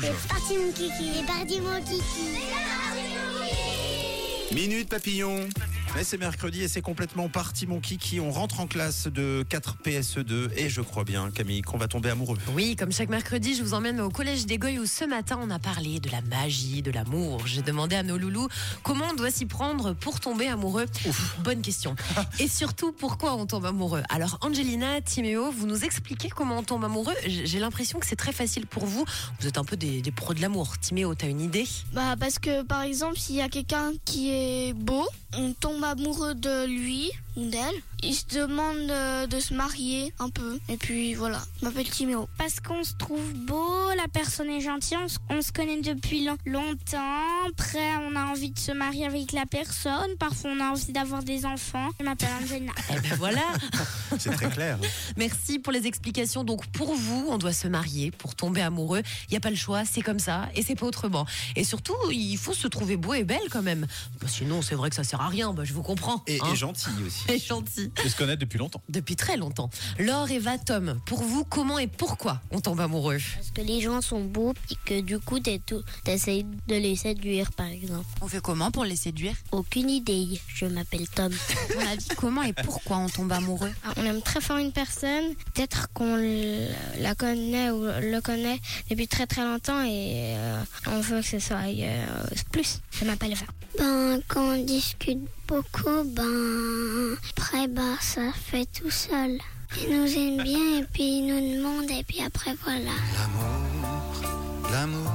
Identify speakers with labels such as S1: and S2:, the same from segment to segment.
S1: C'est parti mon kiki C'est parti mon kiki
S2: Minute papillon mais c'est mercredi et c'est complètement parti mon kiki. On rentre en classe de 4 PSE2 E et je crois bien Camille qu'on va tomber amoureux.
S3: Oui, comme chaque mercredi, je vous emmène au collège des Goy où ce matin on a parlé de la magie, de l'amour. J'ai demandé à nos loulous comment on doit s'y prendre pour tomber amoureux. Bonne question. Et surtout, pourquoi on tombe amoureux Alors, Angelina, Timéo, vous nous expliquez comment on tombe amoureux. J- J'ai l'impression que c'est très facile pour vous. Vous êtes un peu des, des pros de l'amour. Timéo, t'as une idée
S4: Bah parce que par exemple s'il y a quelqu'un qui est beau, on tombe amoureux de lui ou d'elle. Il se demande euh, de se marier un peu. Et puis voilà, je m'appelle Timéo.
S5: Parce qu'on se trouve beau, la personne est gentille, on se, on se connaît depuis long- longtemps. Après, on a envie de se marier avec la personne. Parfois, on a envie d'avoir des enfants. Je m'appelle Angelina.
S3: Eh ben voilà
S2: C'est très clair.
S3: Merci pour les explications. Donc pour vous, on doit se marier pour tomber amoureux. Il n'y a pas le choix, c'est comme ça et c'est pas autrement. Et surtout, il faut se trouver beau et belle quand même. Bah, sinon, c'est vrai que ça sert à rien. Bah, je vous comprends.
S2: Et, et
S3: hein.
S2: gentil aussi.
S3: Et gentil.
S6: Et se connaître depuis longtemps.
S3: Depuis très longtemps. Laure, Eva, Tom, pour vous, comment et pourquoi on tombe amoureux
S1: Parce que les gens sont beaux et que du coup t'es tout- t'essayes de les séduire par exemple.
S7: On fait comment pour les séduire
S1: Aucune idée, je m'appelle Tom.
S7: On a dit comment et pourquoi on tombe amoureux
S5: Ah, On aime très fort une personne. Peut-être qu'on l- la connaît ou le connaît depuis très très longtemps et euh, on veut que ce soit euh, plus. Je m'appelle Eva.
S4: Ben quand on discute beaucoup, ben après bah ça fait tout seul. Il nous aime bien et puis il nous demande et puis après voilà.
S8: L'amour, l'amour.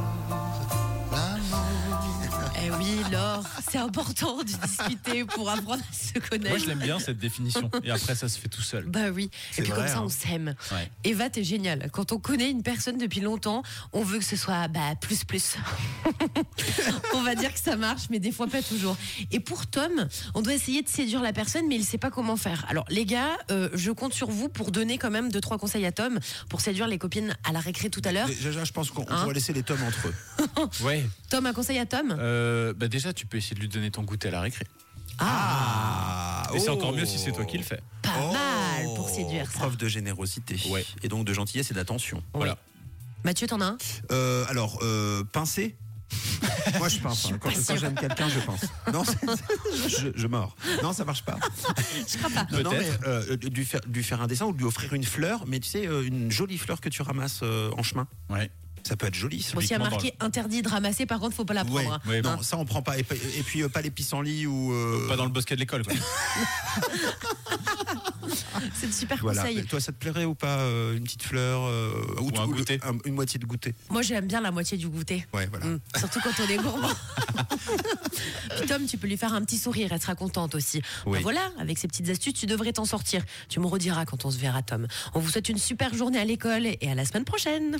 S3: Eh oui, Laure, c'est important de discuter pour apprendre à se
S2: Ben
S6: Moi,
S3: connaître.
S6: je l'aime bien cette définition. Et après, ça se fait tout seul.
S3: Bah oui,
S2: C'est
S3: et puis
S2: vrai,
S3: comme ça
S2: hein.
S3: on s'aime.
S6: Ouais.
S3: Eva, t'es géniale. Quand on connaît une personne depuis longtemps, on veut que ce soit bah, plus plus. on va dire que ça marche, mais des fois pas toujours. Et pour Tom, on doit essayer de séduire la personne, mais il sait pas comment faire. Alors les gars, euh, je compte sur vous pour donner quand même deux trois conseils à Tom pour séduire les copines à la récré tout à l'heure.
S2: Mais Jaja, Ben, je pense qu'on
S3: Hein
S2: on pourrait laisser les tomes entre eux.
S6: Ouais.
S3: Tom, un conseil à Tom
S6: Euh, bah déjà, tu peux essayer de lui donner ton goûter à la récré.
S2: Ah
S6: Et c'est
S2: oh.
S6: encore mieux si c'est toi qui le fais.
S3: Pas
S2: Oh.
S3: mal pour séduire ça.
S2: Preuve de générosité.
S6: Ouais.
S2: Et donc de gentillesse et d'attention.
S6: Voilà.
S3: Mathieu, t'en as un
S2: Euh, alors, euh, pincer Moi, je pince. hein. Quand, quand j'aime quelqu'un, je pince. Non, c'est- je, je mords. Non, ça marche pas.
S3: Je crois pas.
S2: Non, non, mais
S6: Peut-être.
S2: euh, lui, faire, lui faire un dessin ou lui offrir une fleur, mais tu sais, euh, une jolie fleur que tu ramasses euh, en chemin.
S6: Ouais.
S2: Ça peut être joli, ça.
S3: Bon, s'il y a
S6: Publiquement
S3: marqué interdit de ramasser, par contre, faut pas la prendre.
S2: Ouais,
S3: hein.
S6: Ouais,
S2: non,
S6: bon.
S2: ça on prend pas. Et, pa- et puis euh, pas les pissenlits ou. euh,
S6: Pas dans le bosquet de l'école. quoi.
S3: hein. C'est de super
S2: Voilà.
S3: conseil.
S2: Mais Toi, ça te plairait ou pas euh, Une petite fleur euh,
S6: Ou un
S2: tout-
S6: goûter.
S2: un- Une moitié de goûter.
S3: Moi, j'aime bien la moitié du goûter.
S2: Ouais, voilà.
S3: Mm. Surtout quand on est gourmand. Puis Tom, tu peux lui faire un petit sourire, elle sera contente aussi.
S2: Oui.
S3: Ben voilà, avec ces petites astuces, tu devrais t'en sortir. Tu me rediras quand on se verra, Tom. On vous souhaite une super journée à l'école et à la semaine prochaine.